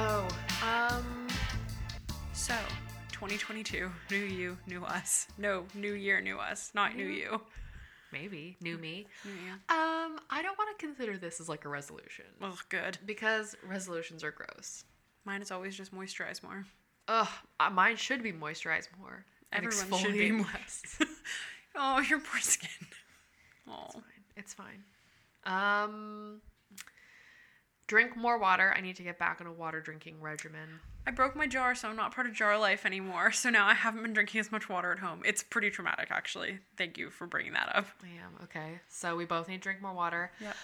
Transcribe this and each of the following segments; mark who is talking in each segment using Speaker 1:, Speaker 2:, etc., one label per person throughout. Speaker 1: Oh, um, so 2022, new you, new us. No, new year, new us, not new you.
Speaker 2: Maybe. New me.
Speaker 1: New you.
Speaker 2: Um, I don't want to consider this as like a resolution
Speaker 1: Oh, good.
Speaker 2: because resolutions are gross.
Speaker 1: Mine is always just moisturize more.
Speaker 2: Ugh, uh, mine should be moisturized more. and
Speaker 1: Everyone should be
Speaker 2: exfoliate
Speaker 1: mo-
Speaker 2: less.
Speaker 1: oh, your poor skin. Oh,
Speaker 2: it's fine. Um, drink more water. I need to get back on a water drinking regimen.
Speaker 1: I broke my jar, so I'm not part of jar life anymore. So now I haven't been drinking as much water at home. It's pretty traumatic, actually. Thank you for bringing that up.
Speaker 2: I am okay. So we both need to drink more water.
Speaker 1: Yep.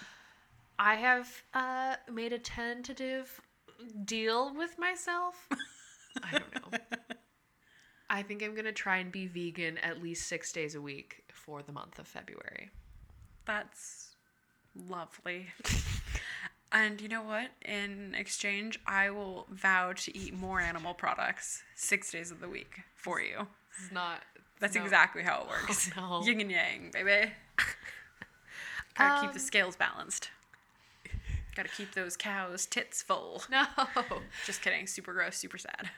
Speaker 2: I have uh, made a tentative deal with myself. I don't know. I think I'm gonna try and be vegan at least six days a week for the month of February.
Speaker 1: That's lovely. and you know what? In exchange, I will vow to eat more animal products six days of the week for you.
Speaker 2: It's not.
Speaker 1: That's
Speaker 2: no.
Speaker 1: exactly how it works.
Speaker 2: Oh, no.
Speaker 1: Yin and yang, baby. Gotta keep the scales balanced. Gotta keep those cows' tits full.
Speaker 2: No.
Speaker 1: Just kidding. Super gross, super sad.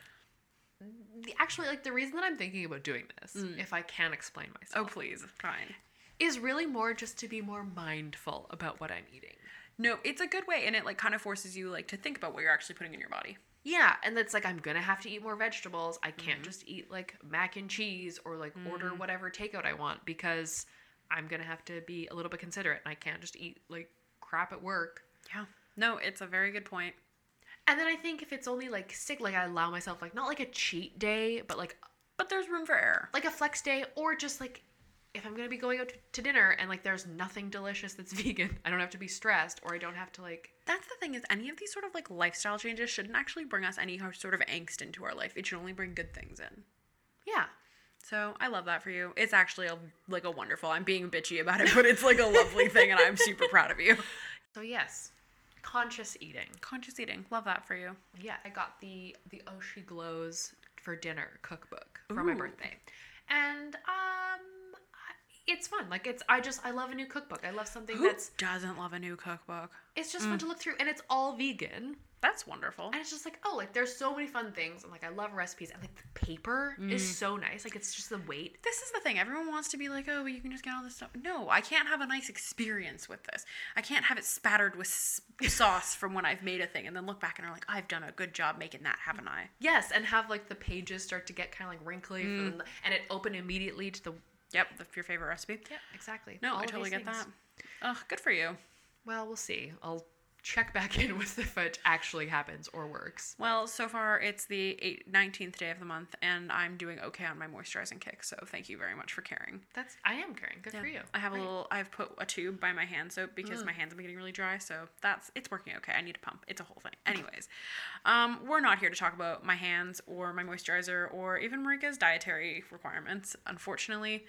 Speaker 2: The, actually, like the reason that I'm thinking about doing this, if I can explain
Speaker 1: Mm. Oh,
Speaker 2: myself,
Speaker 1: please. Fine.
Speaker 2: is really more just to be more mindful about what I'm eating.
Speaker 1: No, it's a good way, and it like kind of forces you like to think about what you're actually putting in your body.
Speaker 2: Yeah, and that's like I'm gonna have to eat more vegetables. I can't just eat like mac and cheese or like order whatever takeout I want because I'm gonna have to be a little bit considerate and I can't just eat like crap at work.
Speaker 1: Yeah. No, it's a very good point.
Speaker 2: And then I think if it's only like sick, like I allow myself like not like a cheat day, but like
Speaker 1: But there's room for error.
Speaker 2: like a flex day or just like if I'm gonna be going out to, to dinner and like there's nothing delicious that's vegan, I don't have to be stressed or I don't have to like
Speaker 1: That's the thing is any of these sort of like lifestyle changes shouldn't actually bring us any sort of angst into our life. It should only bring good things in.
Speaker 2: yeah.
Speaker 1: So I love that for you. It's actually a, like a wonderful. I'm being bitchy about it, but it's like a lovely thing, and I'm super proud of you.
Speaker 2: So yes, conscious eating.
Speaker 1: Conscious eating, love that for you.
Speaker 2: Yeah, I got the the Oh She Glows for Dinner cookbook for my
Speaker 1: Ooh.
Speaker 2: birthday, and um, I- it's fun. Like it's I just I love a new cookbook. I love something
Speaker 1: Who
Speaker 2: that's
Speaker 1: doesn't love a new cookbook?
Speaker 2: it's just fun to look through, and it's all vegan.
Speaker 1: That's wonderful.
Speaker 2: And it's just like oh, like there's so many fun things. And like I love recipes, and like the paper
Speaker 1: Mm.
Speaker 2: is so nice. Like it's just the weight.
Speaker 1: This is the thing. Everyone wants to be like, oh, but you can just get all this stuff. No, I can't have a nice experience with this. I can't have it spattered with s- sauce from when I've made a thing and then look back and are like, I've done a good job making that, haven't I?
Speaker 2: Yes, and have like the pages start to get kind of like wrinkly,
Speaker 1: Mm.
Speaker 2: and, and it open immediately to the
Speaker 1: Yep, that's your favorite recipe.
Speaker 2: yeah exactly.
Speaker 1: No,
Speaker 2: all
Speaker 1: I
Speaker 2: of
Speaker 1: totally
Speaker 2: these
Speaker 1: get
Speaker 2: things.
Speaker 1: that. Ugh, good for you.
Speaker 2: Well, we'll see. I'll check back in with if it actually happens or works.
Speaker 1: Well, so far it's the eight, 19th day of the month, and I'm doing okay on my moisturizing kick. So thank you very much for caring.
Speaker 2: That's I am caring. Good for you.
Speaker 1: I have
Speaker 2: Great. Mm.
Speaker 1: a little. I've put a tube by my hand soap because my hands have been getting really dry. So that's it's working okay. I need a pump. It's a whole thing. Anyways, um, we're not here to talk about my hands or my moisturizer or even Marika's dietary requirements. Unfortunately,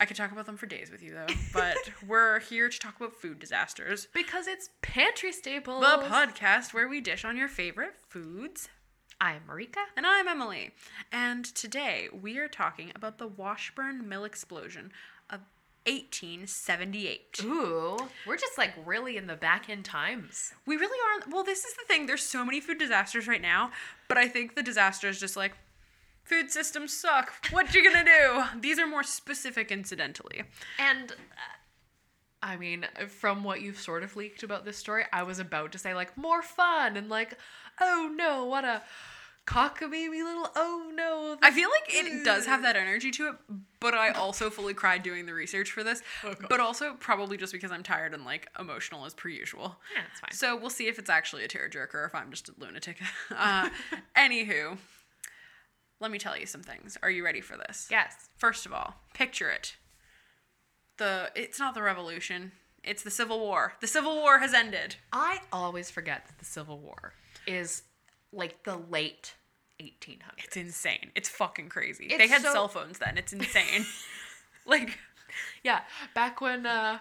Speaker 1: I could talk about them for days with you though. But we're here to talk about food disasters.
Speaker 2: because it's pantry staples.
Speaker 1: The podcast where we dish on your favorite foods.
Speaker 2: I am Marika.
Speaker 1: And I'm Emily. And today we are talking about the Washburn Mill Explosion of 1878.
Speaker 2: Ooh, we're just like really in the back end times.
Speaker 1: We really aren't. Well, this is the thing. There's so many food disasters right now, but I think the disaster is just like, food systems suck. What you gonna do? These are more specific, incidentally.
Speaker 2: And uh, I mean, from what you've sort of leaked about this story, I was about to say like more fun and like, oh no, what a cockamamie little oh no.
Speaker 1: I feel like it does
Speaker 2: Mm.
Speaker 1: have that energy to it, but I also fully cried doing the research for this.
Speaker 2: Oh,
Speaker 1: but also probably just because I'm tired and like emotional as per usual.
Speaker 2: Yeah, it's fine.
Speaker 1: So we'll see if it's actually a tearjerker or if I'm just a lunatic. Uh, anywho, let me tell you some things. Are you ready for this?
Speaker 2: yes.
Speaker 1: First of all, picture it. The it's not the revolution. It's the Civil War. The Civil War has ended.
Speaker 2: I always forget that the Civil War is like the late 1800s.
Speaker 1: It's insane. It's fucking crazy.
Speaker 2: It's
Speaker 1: they had
Speaker 2: so-
Speaker 1: cell phones then. It's insane. like
Speaker 2: Yeah, back when uh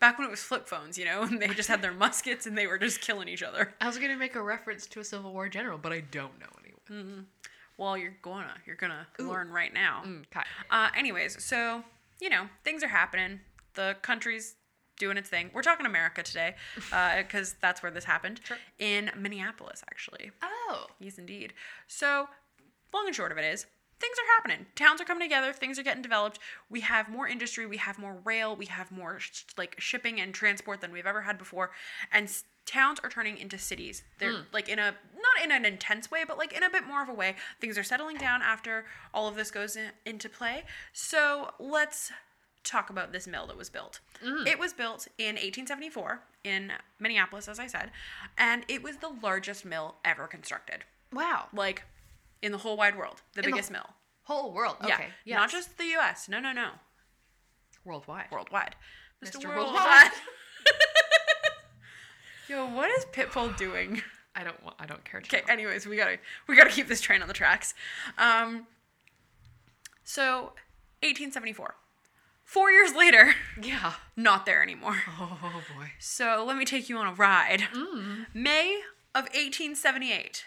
Speaker 1: back when it was flip phones, you know, and they just had their muskets and they were just killing each other.
Speaker 2: I was gonna make a reference to a Civil War general, but I don't know anyone.
Speaker 1: Well, you're gonna you're gonna learn right now.
Speaker 2: Okay.
Speaker 1: Uh, anyways, so you know things are happening. The country's doing its thing. We're talking America today because that's where this happened in Minneapolis, actually.
Speaker 2: Oh.
Speaker 1: Yes, indeed. So, long and short of it is, things are happening. Towns are coming together. Things are getting developed. We have more industry. We have more rail. We have more sh- like shipping and transport than we've ever had before. And s- towns are turning into cities. They're like in a not in an intense way, but like in a bit more of a way. Things are settling down after all of this goes in, into play. So let's talk about this mill that was built. It was built in 1874 in Minneapolis, as I said, and it was the largest mill ever constructed
Speaker 2: Wow.
Speaker 1: like in the whole wide world, the
Speaker 2: the
Speaker 1: biggest mill.
Speaker 2: Whole world. Okay.
Speaker 1: Yeah,
Speaker 2: Yes.
Speaker 1: not just the U.S. No, no, no,
Speaker 2: worldwide.
Speaker 1: worldwide. Mr.
Speaker 2: Mr.
Speaker 1: Worldwide.
Speaker 2: Worldwide.
Speaker 1: Yo, what is Pitbull doing?
Speaker 2: I don't want. I don't care. To
Speaker 1: Okay.
Speaker 2: know.
Speaker 1: Anyways, we gotta we gotta keep this train on the tracks. Um. So, 1874. Four years later,
Speaker 2: Yeah.
Speaker 1: not there anymore.
Speaker 2: Oh boy.
Speaker 1: So let me take you on a ride.
Speaker 2: Mm.
Speaker 1: May of 1878,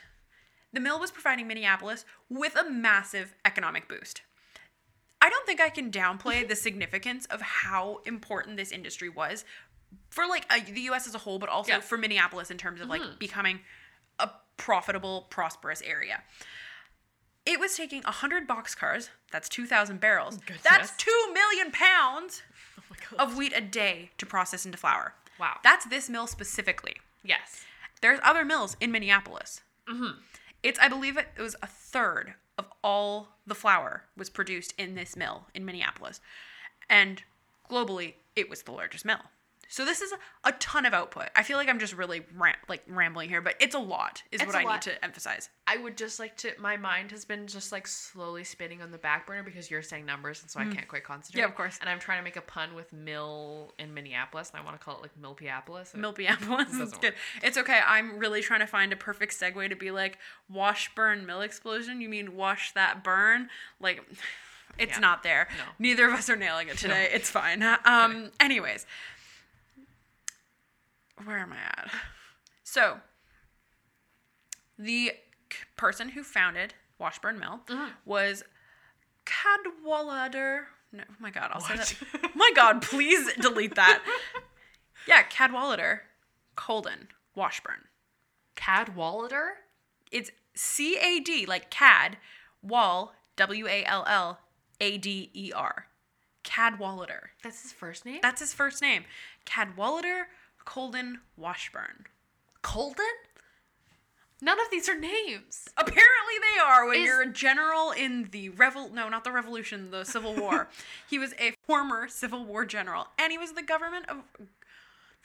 Speaker 1: the mill was providing Minneapolis with a massive economic boost. I don't think I can downplay the significance of how important this industry was for like uh, the U.S. as a whole, but also
Speaker 2: Yeah. Mm-hmm.
Speaker 1: for Minneapolis in terms of like becoming a profitable, prosperous area. It was taking 100 boxcars, that's 2,000 barrels,
Speaker 2: Goodness.
Speaker 1: that's 2 million pounds
Speaker 2: Oh my god.
Speaker 1: of wheat a day to process into flour.
Speaker 2: Wow.
Speaker 1: That's this mill specifically.
Speaker 2: yes.
Speaker 1: There's other mills in Minneapolis.
Speaker 2: Mm-hmm.
Speaker 1: It's, I believe, it, it was a third of all the flour was produced in this mill in Minneapolis. And globally, it was the largest mill. So this is a ton of output. I feel like I'm just really ram- like rambling here, but it's a lot is
Speaker 2: It's
Speaker 1: what
Speaker 2: a
Speaker 1: I
Speaker 2: lot.
Speaker 1: need to emphasize.
Speaker 2: I would just like to. My mind has been just like slowly spinning on the back burner because you're saying numbers, and so I can't quite concentrate.
Speaker 1: Mm. Yeah, of course.
Speaker 2: And I'm trying to make a pun with mill in Minneapolis, and I want to call it like Milpiapolis. and-
Speaker 1: Milby ambulance. It's
Speaker 2: doesn't
Speaker 1: good. It's okay. I'm really trying to find a perfect segue to be like, wash, burn, mill explosion. You mean wash that burn? Like, it's
Speaker 2: Yeah.
Speaker 1: not there.
Speaker 2: No.
Speaker 1: Neither of us are nailing it today. It's fine. Um. Anyways, where am I at? So, the c- person who founded Washburn Mill was Cadwallader. No, oh my God, I'll say that. my God, please delete that. Yeah, Cadwallader, colon, Washburn.
Speaker 2: Cadwallader.
Speaker 1: It's C A D, like Cad, Wall, W A L L A D E R. Cadwallader.
Speaker 2: That's his first name.
Speaker 1: That's his first name. Cadwallader, colon, Washburn.
Speaker 2: Colden. None of these are names.
Speaker 1: Apparently they are when
Speaker 2: Is-
Speaker 1: you're a general in the revol no, not the revolution, the Civil War. he was a former Civil War general and he was the government of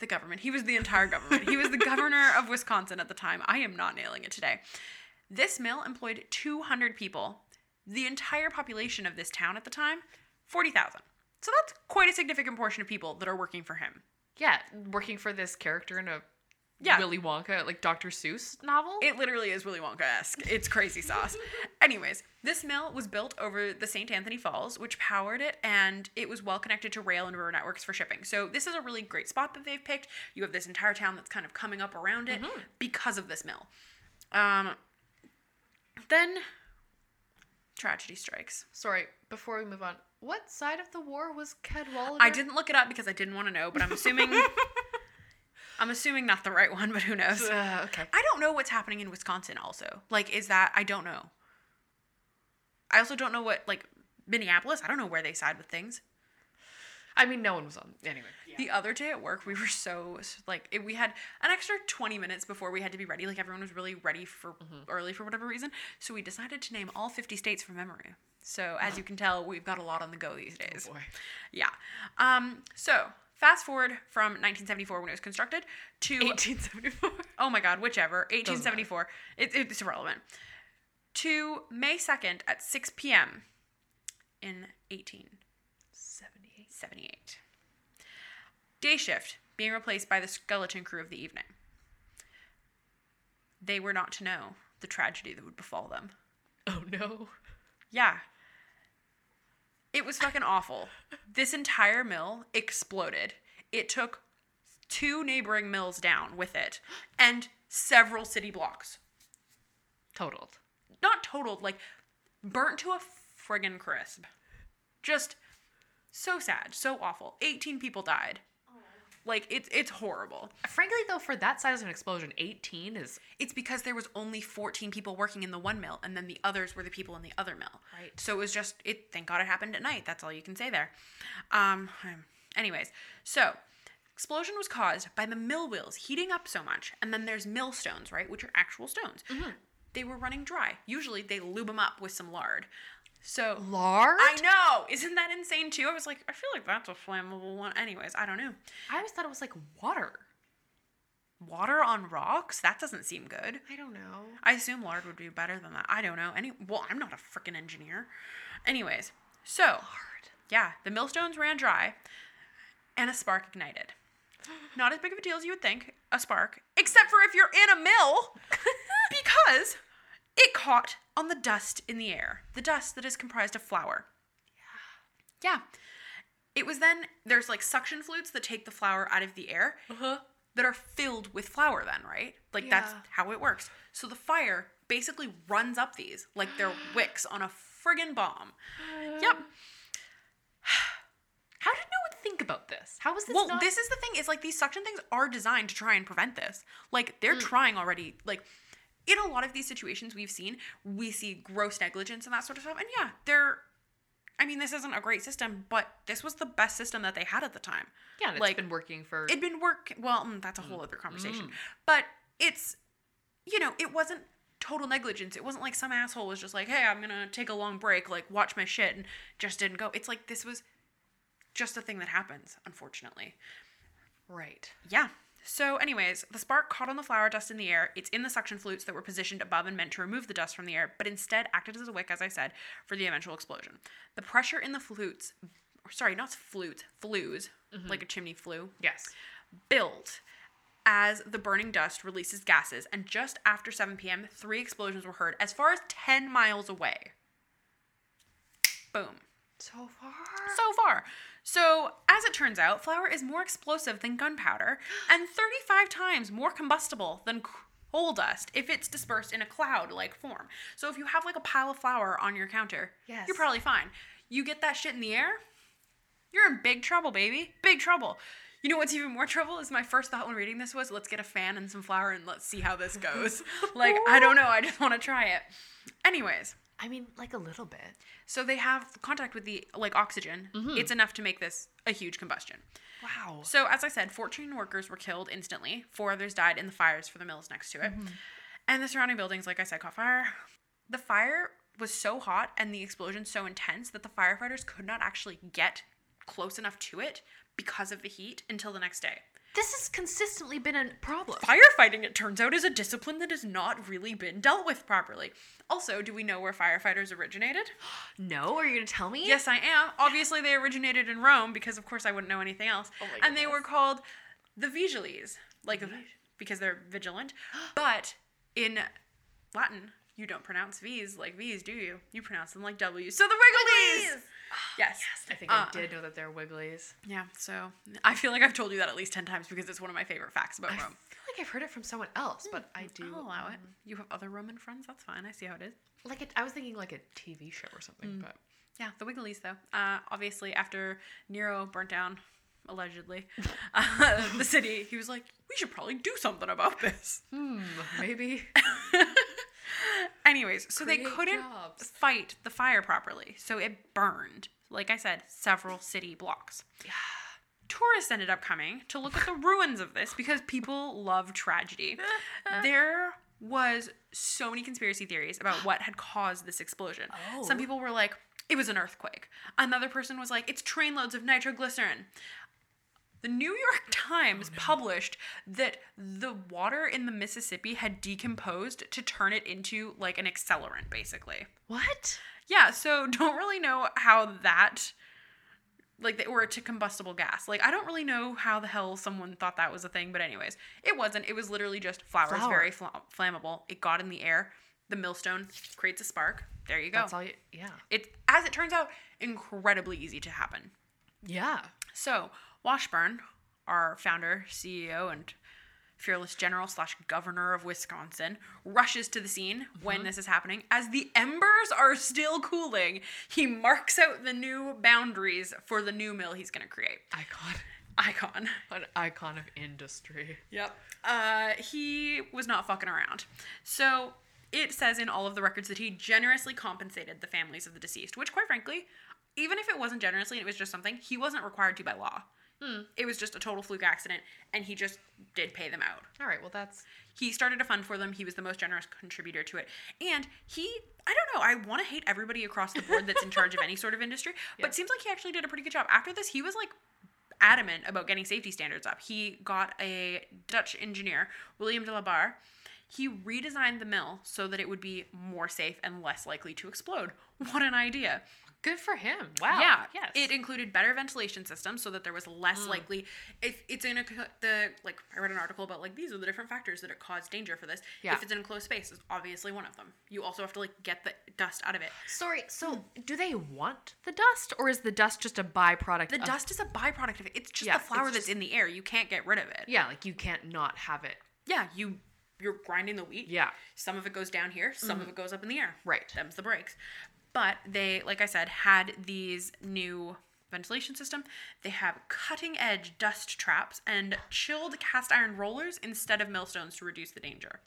Speaker 1: the government. He was the entire government. he was the governor of Wisconsin at the time. I am not nailing it today. This mill employed 200 people. The entire population of this town at the time, 40,000. So that's quite a significant portion of people that are working for him.
Speaker 2: Yeah, working for this character in a
Speaker 1: Yeah.
Speaker 2: Willy Wonka like Dr. Seuss novel.
Speaker 1: It literally is Willy Wonka esque. It's crazy sauce. Anyways, this mill was built over the St. Anthony Falls, which powered it, and it was well connected to rail and river networks for shipping. So, this is a really great spot that they've picked. You have this entire town that's kind of coming up around it because of this mill. Um, then tragedy strikes.
Speaker 2: Sorry, before we move on, what side of the war was Cadwallader?
Speaker 1: I didn't look it up because I didn't want to know, but I'm assuming. I'm assuming not the right one, but who knows?
Speaker 2: Uh, okay.
Speaker 1: I don't know what's happening in Wisconsin also. Like is that I don't know. I also don't know what like Minneapolis, I don't know where they side with things.
Speaker 2: I mean, no one was on. Anyway.
Speaker 1: The other day at work, we were so like it, we had an extra 20 minutes before we had to be ready. Like everyone was really ready for early for whatever reason, so we decided to name all 50 states from memory. So, as you can tell, we've got a lot on the go these days.
Speaker 2: Boy.
Speaker 1: Yeah. Um, so fast forward from 1974 when it was constructed to
Speaker 2: 1874.
Speaker 1: oh my god, whichever, 1874. It, it's irrelevant. To May 2nd at 6 p.m. in 1878.
Speaker 2: 78.
Speaker 1: Day shift being replaced by the skeleton crew of the evening. They were not to know the tragedy that would befall them.
Speaker 2: Oh no.
Speaker 1: Yeah. It was fucking awful. This entire mill exploded. It took two neighboring mills down with it and several city blocks.
Speaker 2: Totaled.
Speaker 1: Not totaled, like burnt to a friggin' crisp. Just so sad, so awful. 18 people died. Like it's it's horrible.
Speaker 2: Frankly, though, for that size of an explosion, 18 is
Speaker 1: It's because there was only 14 people working in the one mill and then the others were the people in the other mill.
Speaker 2: Right.
Speaker 1: So it was just it thank God it happened at night. That's all you can say there. Um I'm- anyways, so explosion was caused by the mill wheels heating up so much and then there's millstones, right, which are actual stones. They were running dry. Usually they lube them up with some lard. So
Speaker 2: large.
Speaker 1: I know. Isn't that insane too? I was like, I feel like that's a flammable one. Anyways, I don't know.
Speaker 2: I always thought it was like water.
Speaker 1: Water on rocks? That doesn't seem good.
Speaker 2: I don't know.
Speaker 1: I assume lard would do better than that. I don't know. Any well, I'm not a freaking engineer. Anyways, so
Speaker 2: Hard.
Speaker 1: yeah, the millstones ran dry and a spark ignited. Not as big of a deal as you would think, a spark, except for if you're in a mill because it caught on the dust in the air, the dust that is comprised of flour. Yeah. Yeah. It was then there's like suction flutes that take the flour out of the air
Speaker 2: Uh-huh.
Speaker 1: that are filled with flour then, right? Like that's
Speaker 2: Yeah.
Speaker 1: how it works. So the fire basically runs up these like they're wicks on a friggin' bomb.
Speaker 2: Mm,
Speaker 1: Yep.
Speaker 2: Uh, How did no one think about this? How was this
Speaker 1: Well,
Speaker 2: not?
Speaker 1: this is the thing is like these suction things are designed to try and prevent this. Like
Speaker 2: Mm.
Speaker 1: they're trying already like in a lot of these situations we've seen, we see gross negligence and that sort of stuff. And yeah, they're I mean, this isn't a great system, but this was the best system that they had at the time.
Speaker 2: yeah, and it's
Speaker 1: like,
Speaker 2: been working for.
Speaker 1: it'd been work well mm, that's a whole other conversation but it's you know it wasn't total negligence it wasn't like some asshole was just like hey i'm gonna take a long break like watch my shit and just didn't go it's like this was just a thing that happens unfortunately
Speaker 2: right.
Speaker 1: yeah so anyways the spark caught on the flour dust in the air it's in the suction flutes that were positioned above and meant to remove the dust from the air but instead acted as a wick as i said for the eventual explosion the pressure in the flutes sorry not flutes flues like a chimney flue
Speaker 2: Yes.
Speaker 1: built as the burning dust releases gases, and just after 7 p.m., three explosions were heard as far as 10 miles away. Boom.
Speaker 2: So far.
Speaker 1: So far. So, as it turns out, flour is more explosive than gunpowder and 35 times more combustible than coal dust if it's dispersed in a cloud like form. So, if you have like a pile of flour on your counter,
Speaker 2: Yes.
Speaker 1: you're probably fine. You get that shit in the air, you're in big trouble, baby. Big trouble. You know what's even more trouble is my first thought when reading this was let's get a fan and some flour and let's see how this goes. like, I don't know, I just want to try it. Anyways,
Speaker 2: I mean, like a little bit.
Speaker 1: so they have contact with the like oxygen. It's enough to make this a huge combustion.
Speaker 2: Wow.
Speaker 1: So, as I said, 14 workers were killed instantly. Four others died in the fires for the mills next to it. And the surrounding buildings, like I said, caught fire. The fire was so hot and the explosion so intense that the firefighters could not actually get close enough to it because of the heat until the next day.
Speaker 2: This has consistently been a problem.
Speaker 1: Firefighting, it turns out, is a discipline that has not really been dealt with properly. Also, do we know where firefighters originated?
Speaker 2: No, are you gonna tell me?
Speaker 1: Yes, I am. Obviously, they originated in Rome because, of course, I wouldn't know anything else.
Speaker 2: Oh my
Speaker 1: and they were called the Vigiles, like because they're vigilant. But in Latin, you don't pronounce V's like V's, do you? You pronounce them like W. So the Wigglies.
Speaker 2: Wigglies!
Speaker 1: Yes.
Speaker 2: I think
Speaker 1: Uh,
Speaker 2: I did know that they're wigglies.
Speaker 1: Yeah. So I feel like I've told you that at least ten times because it's one of my favorite facts about
Speaker 2: I feel
Speaker 1: Rome.
Speaker 2: like I've heard it from someone else, but I do.
Speaker 1: I'll allow it. You have other Roman friends. That's fine. I see how it is.
Speaker 2: Like it, I was thinking like a TV show or something, but
Speaker 1: Yeah, the Wigglies, though. Uh, obviously, after Nero burnt down, allegedly, uh, the city, he was like, we should probably do something about this.
Speaker 2: hmm, maybe.
Speaker 1: Anyways, so they
Speaker 2: Create
Speaker 1: couldn't
Speaker 2: jobs.
Speaker 1: fight the fire properly, so it burned, like I said, several city blocks. Tourists ended up coming to look at the ruins of this because people love tragedy. there was so many conspiracy theories about what had caused this explosion. Some
Speaker 2: Oh.
Speaker 1: people were like, it was an earthquake. Another person was like, it's trainloads of nitroglycerin. The New York Times published that the water in the Mississippi had decomposed to turn it into like an accelerant, basically.
Speaker 2: What?
Speaker 1: Yeah, so don't really know how that, like, or to combustible gas. Like, I don't really know how the hell someone thought that was a thing, but anyways, it wasn't. It was literally just flour, is
Speaker 2: Flour.
Speaker 1: very fla- flammable. It got in the air. The millstone creates a spark. There you go.
Speaker 2: That's all you. Yeah.
Speaker 1: It's as it turns out, incredibly easy to happen.
Speaker 2: Yeah.
Speaker 1: So, Washburn, our founder, CEO, and fearless general slash governor of Wisconsin, rushes to the scene when this is happening. As the embers are still cooling, he marks out the new boundaries for the new mill he's going to create.
Speaker 2: Icon.
Speaker 1: Icon.
Speaker 2: An icon of industry.
Speaker 1: Yep. Uh, he was not fucking around. So it says in all of the records that he generously compensated the families of the deceased, which, quite frankly, even if it wasn't generously and it was just something, he wasn't required to by law. It was just a total fluke accident, and he just did pay them out.
Speaker 2: All right, well, that's.
Speaker 1: He started a fund for them. He was the most generous contributor to it. And he, I don't know, I want to hate everybody across the board that's in charge of any sort of industry, but
Speaker 2: Yeah.
Speaker 1: it seems like he actually did a pretty good job. After this, he was like adamant about getting safety standards up. He got a Dutch engineer, William de la Barre. He redesigned the mill so that it would be more safe and less likely to explode. What an idea.
Speaker 2: Good for him. Wow.
Speaker 1: Yeah.
Speaker 2: Yes.
Speaker 1: It included better ventilation systems so that there was less likely. If it's in a co- the like, I read an article about like these are the different factors that it caused danger for this.
Speaker 2: Yeah.
Speaker 1: If it's in a closed space, is obviously one of them. You also have to like get the dust out of it.
Speaker 2: Sorry, so do they want the dust, or is the dust just a byproduct
Speaker 1: The
Speaker 2: of-
Speaker 1: dust is a byproduct of it. It's just
Speaker 2: Um, Yeah,
Speaker 1: the flour
Speaker 2: it's
Speaker 1: that's in the air. You can't get rid of it.
Speaker 2: Yeah, like you can't not have it.
Speaker 1: Yeah. You you're grinding the wheat.
Speaker 2: Yeah. Mm-hmm.
Speaker 1: Some of it goes down here. Some of it goes up in the air.
Speaker 2: Right.
Speaker 1: Them's the breaks. But they, like I said, had these new ventilation system. They have cutting edge dust traps and chilled cast iron rollers instead of millstones to reduce the danger.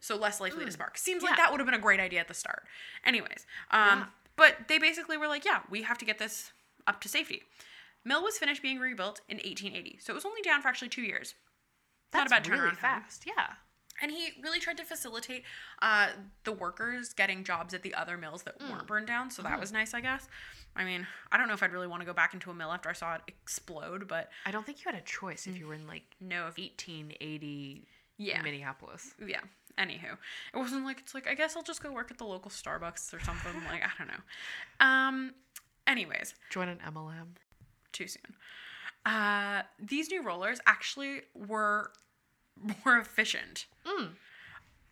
Speaker 1: So less likely to spark. Seems like
Speaker 2: Mm. Yeah.
Speaker 1: that would have been a great idea at the start. Anyways, um,
Speaker 2: Yeah.
Speaker 1: but they basically were like, yeah, we have to get this up to safety. Mill was finished being rebuilt in 1880, so it was only down for actually two years. Not
Speaker 2: That's
Speaker 1: a bad
Speaker 2: really
Speaker 1: turnaround time
Speaker 2: fast. Yeah.
Speaker 1: and he really tried to facilitate uh, the workers getting jobs at the other mills that weren't burned down so that was nice i guess i mean i don't know if i'd really want to go back into a mill after i saw it explode but
Speaker 2: I don't think you had a choice if you were in like
Speaker 1: no if
Speaker 2: 1880
Speaker 1: yeah
Speaker 2: Minneapolis.
Speaker 1: yeah anywho it wasn't like it's like i guess i'll just go work at the local starbucks or something like i don't know um anyways
Speaker 2: Join an MLM.
Speaker 1: too soon. Uh, these new rollers actually were more efficient.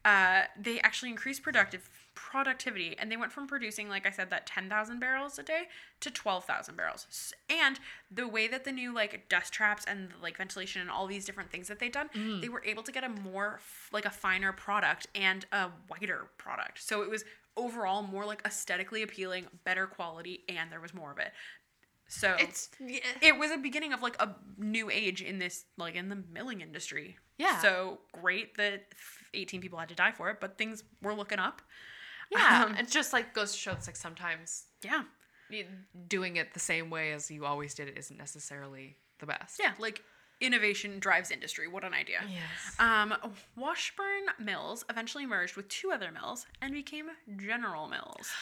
Speaker 1: Uh, they actually increased productive productivity, and they went from producing, like I said, that ten thousand barrels a day to twelve thousand barrels. S- And the way that the new like dust traps and like ventilation and all these different things that they'd done, they were able to get a more f- like a finer product and a whiter product. So it was overall more like aesthetically appealing, better quality, and there was more of it. So
Speaker 2: It's yeah.
Speaker 1: it was a beginning of like a new age in this like in the milling industry
Speaker 2: Yeah.
Speaker 1: so great that 18 people had to die for it but things were looking up
Speaker 2: yeah.
Speaker 1: um,
Speaker 2: it just like goes to show it's like sometimes
Speaker 1: yeah
Speaker 2: y- doing it the same way as you always did it isn't necessarily the best.
Speaker 1: yeah like innovation drives industry what an idea
Speaker 2: Yes.
Speaker 1: um, Washburn Mills eventually merged with two other mills and became General Mills.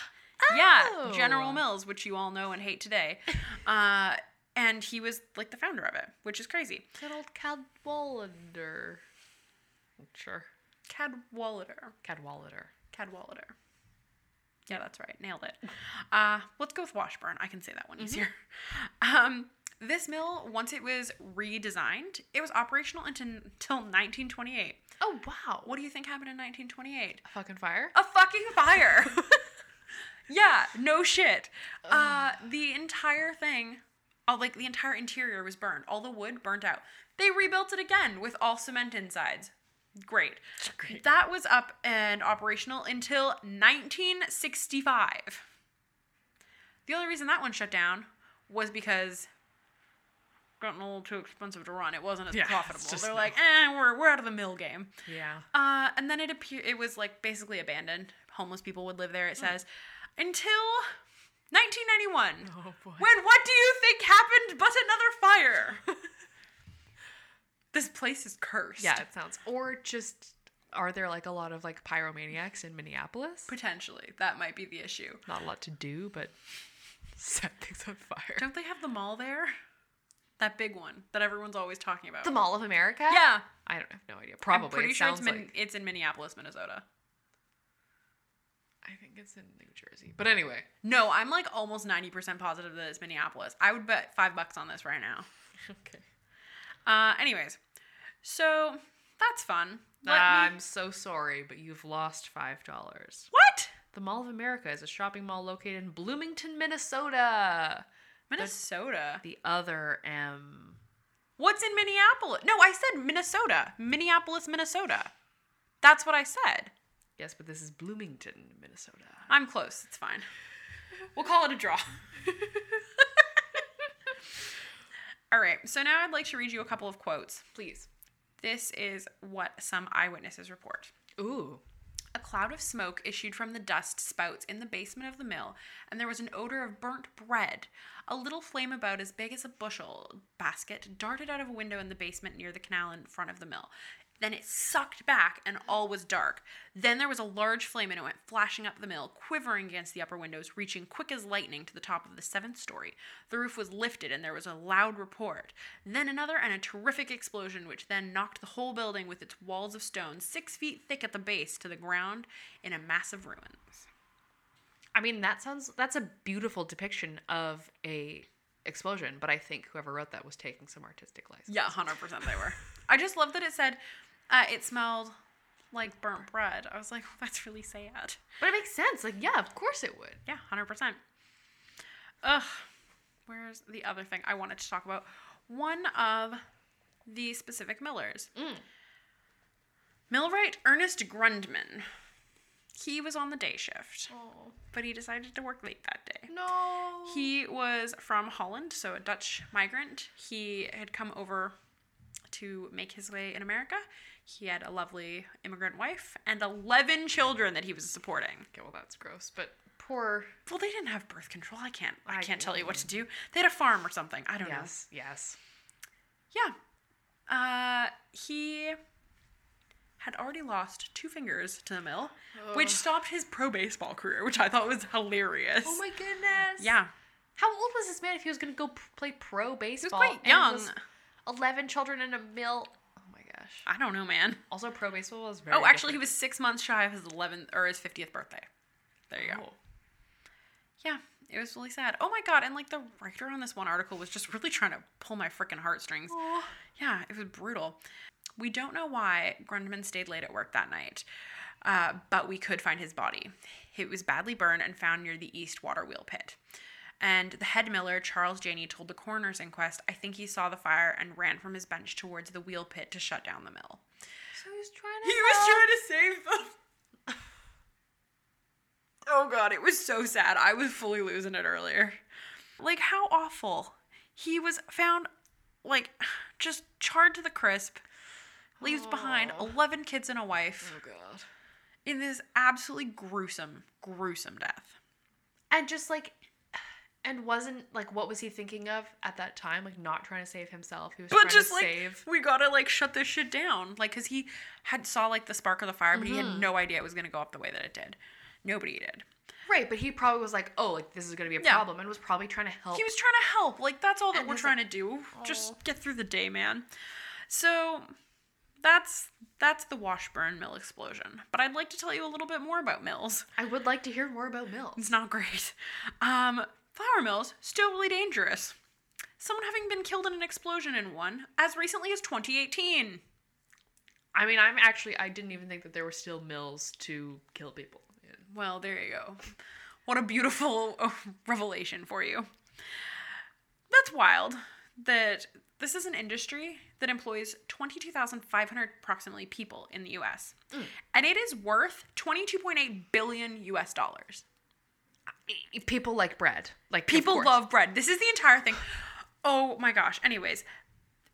Speaker 1: Yeah, General
Speaker 2: Oh.
Speaker 1: Mills, which you all know and hate today. Uh, and he was like the founder of it, which is crazy.
Speaker 2: Good old Cadwallader. Sure.
Speaker 1: Cadwallader.
Speaker 2: Cadwallader.
Speaker 1: Cadwallader. Yeah, that's right. Nailed it. Uh, let's go with Washburn. I can say that one easier. Um, this mill, once it was redesigned, it was operational until, until 1928.
Speaker 2: Oh wow. Uh,
Speaker 1: What do you think happened in 1928?
Speaker 2: a fucking fire?
Speaker 1: A fucking fire. yeah, no shit. Uh, the entire thing, oh, like the entire interior was burned. All the wood burnt out. They rebuilt it again with all cement insides. Great.
Speaker 2: Great.
Speaker 1: That was up and operational until 1965. The only reason that one shut down was because it gotten a little too expensive to run. It wasn't as
Speaker 2: Yeah, it's
Speaker 1: profitable.
Speaker 2: just
Speaker 1: They're
Speaker 2: not-
Speaker 1: like, eh, we're, we're out of the mill game.
Speaker 2: Yeah.
Speaker 1: Uh, and then it appeared it was like basically abandoned. Homeless people would live
Speaker 2: Oh.
Speaker 1: there. It says until 1991,
Speaker 2: Oh boy.
Speaker 1: when what do you think happened but another fire? this place is cursed.
Speaker 2: Yeah, it sounds. Or just are there like a lot of like pyromaniacs in Minneapolis?
Speaker 1: potentially that might be the issue.
Speaker 2: Not a lot to do, but set things on fire.
Speaker 1: Don't they have the mall there? That big one that everyone's always talking about.
Speaker 2: The Mall of America?
Speaker 1: Yeah,
Speaker 2: I don't have no idea. Probably.
Speaker 1: I'm pretty
Speaker 2: it
Speaker 1: sure it's
Speaker 2: sounds
Speaker 1: Min-
Speaker 2: like-
Speaker 1: it's in Minneapolis, Minnesota.
Speaker 2: I think it's in New Jersey. But anyway.
Speaker 1: No, I'm like almost 90% positive that it's Minneapolis. I would bet five bucks on this right now.
Speaker 2: Okay.
Speaker 1: Uh, anyways, so that's fun. Let me-
Speaker 2: I'm so sorry, but you've lost five dollars.
Speaker 1: what?
Speaker 2: The Mall of America is a shopping mall located in Bloomington, Minnesota.
Speaker 1: Minnesota.
Speaker 2: The other M.
Speaker 1: What's in Minneapolis? No, I said Minnesota. Minneapolis, Minnesota. That's what I said.
Speaker 2: Yes, but this is Bloomington, Minnesota.
Speaker 1: I'm close. It's fine. We'll call it a draw. All right, so now I'd like to read you a couple of quotes.
Speaker 2: Please.
Speaker 1: This is what some eyewitnesses report.
Speaker 2: Ooh.
Speaker 1: A cloud of smoke issued from the dust spouts in the basement of the mill, and there was an odor of burnt bread. A little flame about as big as a bushel basket darted out of a window in the basement near the canal in front of the mill. Then it sucked back, and all was dark. Then there was a large flame, and it went flashing up the mill, quivering against the upper windows, reaching quick as lightning to the top of the seventh story. The roof was lifted, and there was a loud report. Then another, and a terrific explosion, which then knocked the whole building with its walls of stone, six feet thick at the base, to the ground in a mass of ruins.
Speaker 2: I mean, that sounds that's a beautiful depiction of a explosion, but I think whoever wrote that was taking some artistic license.
Speaker 1: Yeah, hundred percent they were. I just love that it said uh, it smelled like burnt bread. I was like, oh, that's really sad.
Speaker 2: But it makes sense. Like, yeah, of course it would.
Speaker 1: Yeah, hundred percent. Ugh. Where's the other thing I wanted to talk about? One of the specific millers, millwright Ernest Grundman. He was on the day shift,
Speaker 2: Oh
Speaker 1: but he decided to work late that day.
Speaker 2: no.
Speaker 1: He was from Holland, so a Dutch migrant. He had come over to make his way in America. He had a lovely immigrant wife and 11 children that he was supporting.
Speaker 2: Okay, well that's gross, but poor.
Speaker 1: Well, they didn't have birth control. I can't I
Speaker 2: I-
Speaker 1: can't tell you what to do. They had a farm or something. I don't know.
Speaker 2: Yes, yes.
Speaker 1: Yeah. Uh, he had already lost two fingers to the mill, which stopped his pro baseball career, which I thought was hilarious.
Speaker 2: Oh my goodness.
Speaker 1: yeah.
Speaker 2: How old was this man if he was going to go p- play pro baseball?
Speaker 1: quite
Speaker 2: and
Speaker 1: young.
Speaker 2: was Eleven children in a mill. Oh my gosh.
Speaker 1: I don't know, man.
Speaker 2: Also, pro baseball was very.
Speaker 1: Oh, actually, he was six months shy of his 11th or his 50th birthday. There you go. Yeah, it was really sad. Oh my god! And like the writer on this one article was just really trying to pull my freaking heartstrings. Yeah, it was brutal. We don't know why Grundman stayed late at work that night, uh, but we could find his body. It was badly burned and found near the East Water Wheel Pit. And the head miller, Charles Janey, told the coroner's inquest, I think he saw the fire and ran from his bench towards the wheel pit to shut down the mill.
Speaker 2: So he was trying to.
Speaker 1: He was trying to save them. oh god, it was so sad. I was fully losing it earlier. Like how awful. He was found like just charred to the crisp. Leaves behind
Speaker 2: Oh.
Speaker 1: 11 kids and a wife
Speaker 2: Oh god.
Speaker 1: in this absolutely gruesome, gruesome death.
Speaker 2: And just like, and wasn't like, what was he thinking of at that time? Like, not trying to save himself. He was
Speaker 1: But
Speaker 2: trying
Speaker 1: just
Speaker 2: to
Speaker 1: like
Speaker 2: save.
Speaker 1: we gotta like shut this shit down, like because he had saw like the spark of the fire, but he
Speaker 2: Mm-hmm.
Speaker 1: had no idea it was gonna go up the way that it did. Nobody did.
Speaker 2: Right, but he probably was like, oh, like this is gonna be a
Speaker 1: Yeah.
Speaker 2: problem, and was probably trying to help.
Speaker 1: He was trying to help. Like that's all that
Speaker 2: And
Speaker 1: we're
Speaker 2: his-
Speaker 1: trying to do. Just get through the day, man. So that's that's the Washburn Mill explosion. But I'd like to tell you a little bit more about mills.
Speaker 2: I would like to hear more about Mills.
Speaker 1: It's not great. Um, flour mills still really dangerous. Someone having been killed in an explosion in one as recently as 2018.
Speaker 2: I mean, I'm actually, I didn't even think that there were still mills to kill people. in.
Speaker 1: Well, there you go. What a beautiful oh, revelation for you. That's wild that this is an industry that employs 22,500 approximately people in the US. And it is worth 22.8 billion US dollars.
Speaker 2: I- E, People like bread. Like of
Speaker 1: People
Speaker 2: course.
Speaker 1: love bread. This is the entire thing. Oh my gosh. Anyways,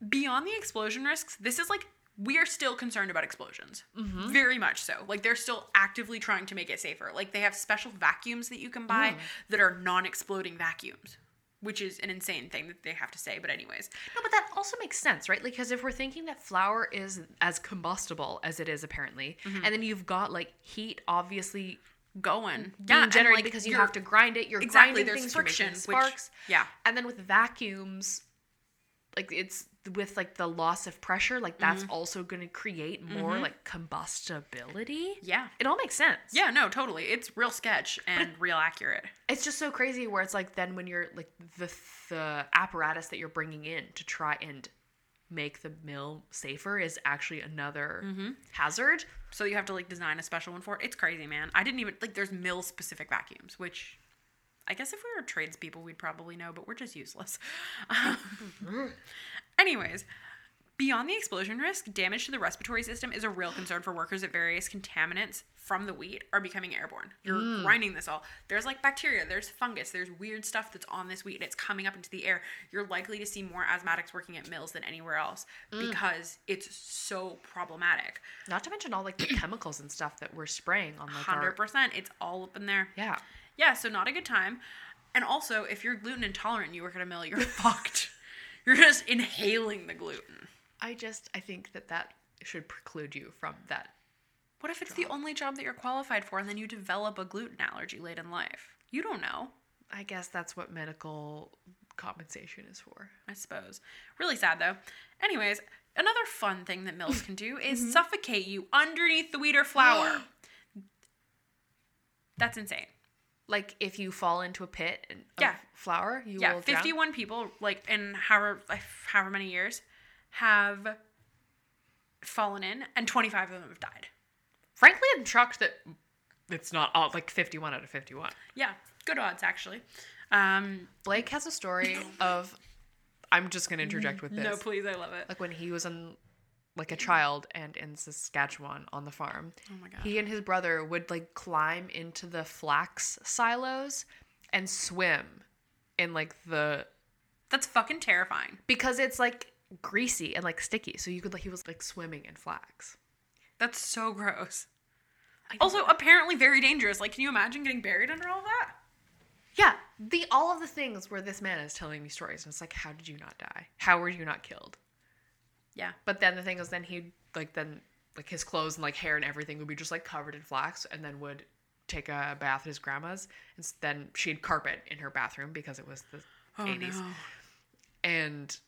Speaker 1: beyond the explosion risks, this is like we are still concerned about explosions.
Speaker 2: Mm-hmm.
Speaker 1: Very much so. Like they're still actively trying to make it safer. Like they have special vacuums that you can buy
Speaker 2: Mm.
Speaker 1: that are non-exploding vacuums, which is an insane thing that they have to say, but anyways.
Speaker 2: No, but that also makes sense, right? Because if we're thinking that flour is as combustible as it is apparently, and then you've got like heat obviously
Speaker 1: Going.
Speaker 2: being
Speaker 1: and,
Speaker 2: generated
Speaker 1: like,
Speaker 2: because you
Speaker 1: you're-
Speaker 2: have to grind it, you're
Speaker 1: Exactly,
Speaker 2: grinding
Speaker 1: there's
Speaker 2: things,
Speaker 1: friction,
Speaker 2: friction,
Speaker 1: which-
Speaker 2: sparks.
Speaker 1: yeah.
Speaker 2: And then with vacuums, like it's with like the loss of pressure, like that's also going to create more like combustibility.
Speaker 1: Yeah.
Speaker 2: It all makes sense.
Speaker 1: Yeah, no, totally. It's real sketch and real accurate.
Speaker 2: It's just so crazy where it's like then when you're like the the apparatus that you're bringing in to try and make the mill safer is actually another hazard.
Speaker 1: So you have to like design a special one for it. It's crazy, man. I didn't even like there's mill specific vacuums, which I guess if we were tradespeople, we'd probably know, but we're just useless. Anyways, Beyond the explosion risk, damage to the respiratory system is a real concern for workers at various contaminants from the wheat are becoming airborne. You're grinding this all. There's like bacteria, there's fungus, there's weird stuff that's on this wheat and it's coming up into the air. You're likely to see more asthmatics working at mills than anywhere else because it's so problematic.
Speaker 2: Not to mention all like the chemicals and stuff that we're spraying on like our
Speaker 1: 100%. It's all up in there.
Speaker 2: yeah.
Speaker 1: Yeah, so not a good time. And also, if you're gluten intolerant and you work at a mill, you're fucked. You're just inhaling the gluten.
Speaker 2: I just I think that that should preclude you from that.
Speaker 1: What if it's the only job that you're qualified for and then you develop a gluten allergy late in life? You don't know,
Speaker 2: I guess that's what medical compensation is for.
Speaker 1: I suppose. Really sad though. Anyways, another fun thing that mills can do is suffocate you underneath the wheat or flour. That's insane.
Speaker 2: Like if you fall into a pit and of
Speaker 1: Yeah.
Speaker 2: flour, you
Speaker 1: yeah,
Speaker 2: will drown.
Speaker 1: 51 people, like in however however many years, have fallen in, and 25 of them have died.
Speaker 2: Frankly, I'm shocked that it's not all like 51 out of 51.
Speaker 1: Yeah, good odds actually. Um,
Speaker 2: Blake has a story of I'm just going to interject with this.
Speaker 1: no, please, I love it.
Speaker 2: like when he was in like a child and in Saskatchewan on the farm. Oh
Speaker 1: my God.
Speaker 2: He and his brother would like climb into the flax silos and swim in like the
Speaker 1: That's fucking terrifying.
Speaker 2: because it's like greasy and like sticky. So you could like he was like swimming in flax.
Speaker 1: That's so gross. Also, apparently very dangerous. Like, can you imagine getting buried under all that?
Speaker 2: Yeah, the all of the things where this man is telling me stories and it's like how did you not die? How were you not killed?
Speaker 1: Yeah.
Speaker 2: But then the thing is, then he'd like then like his clothes and like hair and everything would be just like covered in flax, and then would take a bath at his grandma's, and s- then she had carpet in her bathroom because it was the
Speaker 1: Oh,
Speaker 2: eighties, and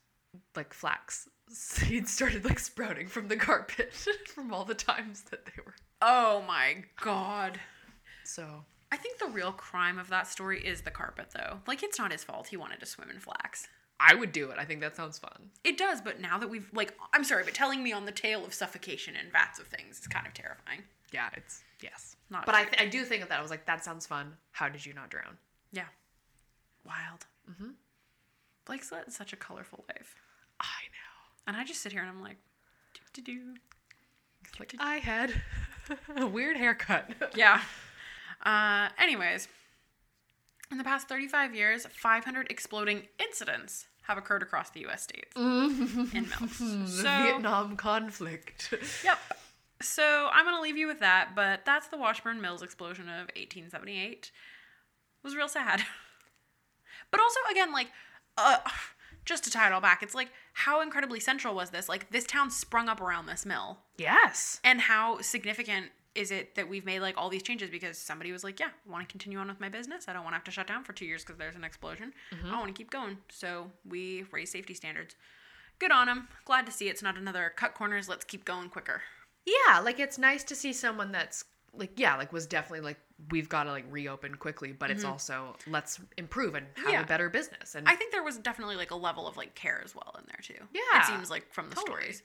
Speaker 2: like flax seeds started like sprouting from the carpet from all the times that they were.
Speaker 1: Oh my god.
Speaker 2: So
Speaker 1: I think the real crime of that story is the carpet, though. Like, it's not his fault. He wanted to swim in flax.
Speaker 2: I would do it. I think that sounds fun.
Speaker 1: It does, but now that we've like, I'm sorry, but telling me on the tale of suffocation and vats of things is kind of terrifying.
Speaker 2: Yeah, it's yes.
Speaker 1: Not
Speaker 2: but I, th- I do think of that. I was like, that sounds fun. How did you not drown?
Speaker 1: Yeah. Wild. Mm-hmm. Blake's led such a colorful life,
Speaker 2: I know.
Speaker 1: and I just sit here and I'm like, do do do.
Speaker 2: It's Like I had a weird haircut.
Speaker 1: Yeah. Uh, anyways, in the past 35 years, 500 exploding incidents have occurred across the U.S. states
Speaker 2: Mm-hmm.
Speaker 1: in mills.
Speaker 2: the
Speaker 1: So,
Speaker 2: Vietnam conflict.
Speaker 1: yep. So I'm gonna leave you with that, but that's the Washburn Mills explosion of 1878. It was real sad. But also, again, like, uh, just to tie it all back, it's like how incredibly central was this? Like, this town sprung up around this mill
Speaker 2: Yes.
Speaker 1: and how significant is it that we've made like all these changes because somebody was like yeah i want to continue on with my business i don't want to have to shut down for two years because there's an explosion i want to keep going so we raise safety standards good on them glad to see it's not another cut corners let's keep going quicker
Speaker 2: Yeah, like it's nice to see someone that's like yeah, like was definitely like we've got to like reopen quickly, but it's also let's improve and have
Speaker 1: Yeah.
Speaker 2: a better business. And
Speaker 1: i think there was definitely like a level of like care as well in there too
Speaker 2: Yeah.
Speaker 1: it seems like from the
Speaker 2: Totally.
Speaker 1: stories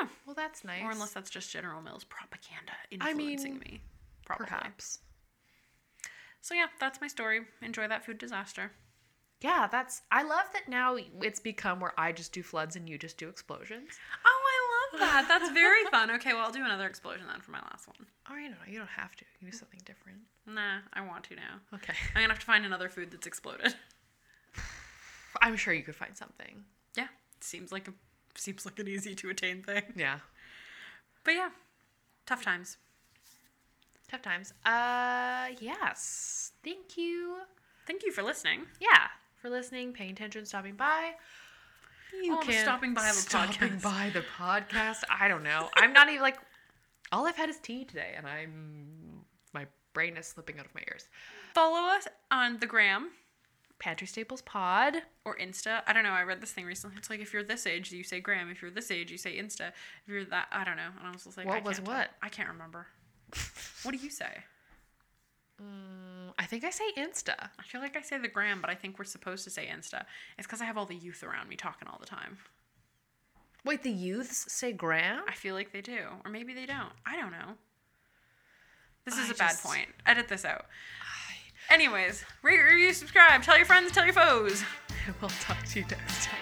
Speaker 1: yeah
Speaker 2: well, that's nice.
Speaker 1: or unless that's just general mills propaganda
Speaker 2: I mean,
Speaker 1: influencing me probably
Speaker 2: perhaps.
Speaker 1: so yeah that's my story enjoy that food disaster
Speaker 2: Yeah, that's I love that now it's become where I just do floods and you just do explosions.
Speaker 1: Oh, I love that. That's very fun. Okay, well, I'll do another explosion then for my last one.
Speaker 2: Or Oh, you know, you don't have to. You can do something different.
Speaker 1: Nah, I want to now.
Speaker 2: Okay.
Speaker 1: I'm gonna have to find another food that's exploded.
Speaker 2: I'm sure you could find something.
Speaker 1: Yeah, seems like a seems like an easy to attain thing.
Speaker 2: Yeah.
Speaker 1: But yeah, tough times.
Speaker 2: Tough times. Uh yes. Thank you.
Speaker 1: Thank you for listening.
Speaker 2: yeah, for listening, paying attention, stopping by. You
Speaker 1: Oh, stopping by the
Speaker 2: Stopping
Speaker 1: podcast.
Speaker 2: by the podcast. I don't know. I'm not even like all I've had is tea today, and I'm my brain is slipping out of my ears.
Speaker 1: Follow us on the gram
Speaker 2: Pantry Staples Pod. Mm,
Speaker 1: or Insta. I don't know. I read this thing recently. It's like if you're this age, you say gram. If you're this age, you say Insta. If you're that, I don't know. And I was just like,
Speaker 2: What
Speaker 1: I
Speaker 2: was
Speaker 1: can't tell.
Speaker 2: what?
Speaker 1: I can't remember. what do you say?
Speaker 2: Mm, I think I say Insta.
Speaker 1: I feel like I say the gram, but I think we're supposed to say Insta. It's because I have all the youth around me talking all the time.
Speaker 2: Wait, the youths say Gram.
Speaker 1: I feel like they do, or maybe they don't. I don't know. This is
Speaker 2: I
Speaker 1: a bad
Speaker 2: just-
Speaker 1: point. Edit this out. Anyways, rate, review, subscribe, tell your friends, tell your foes.
Speaker 2: We'll talk to you next time.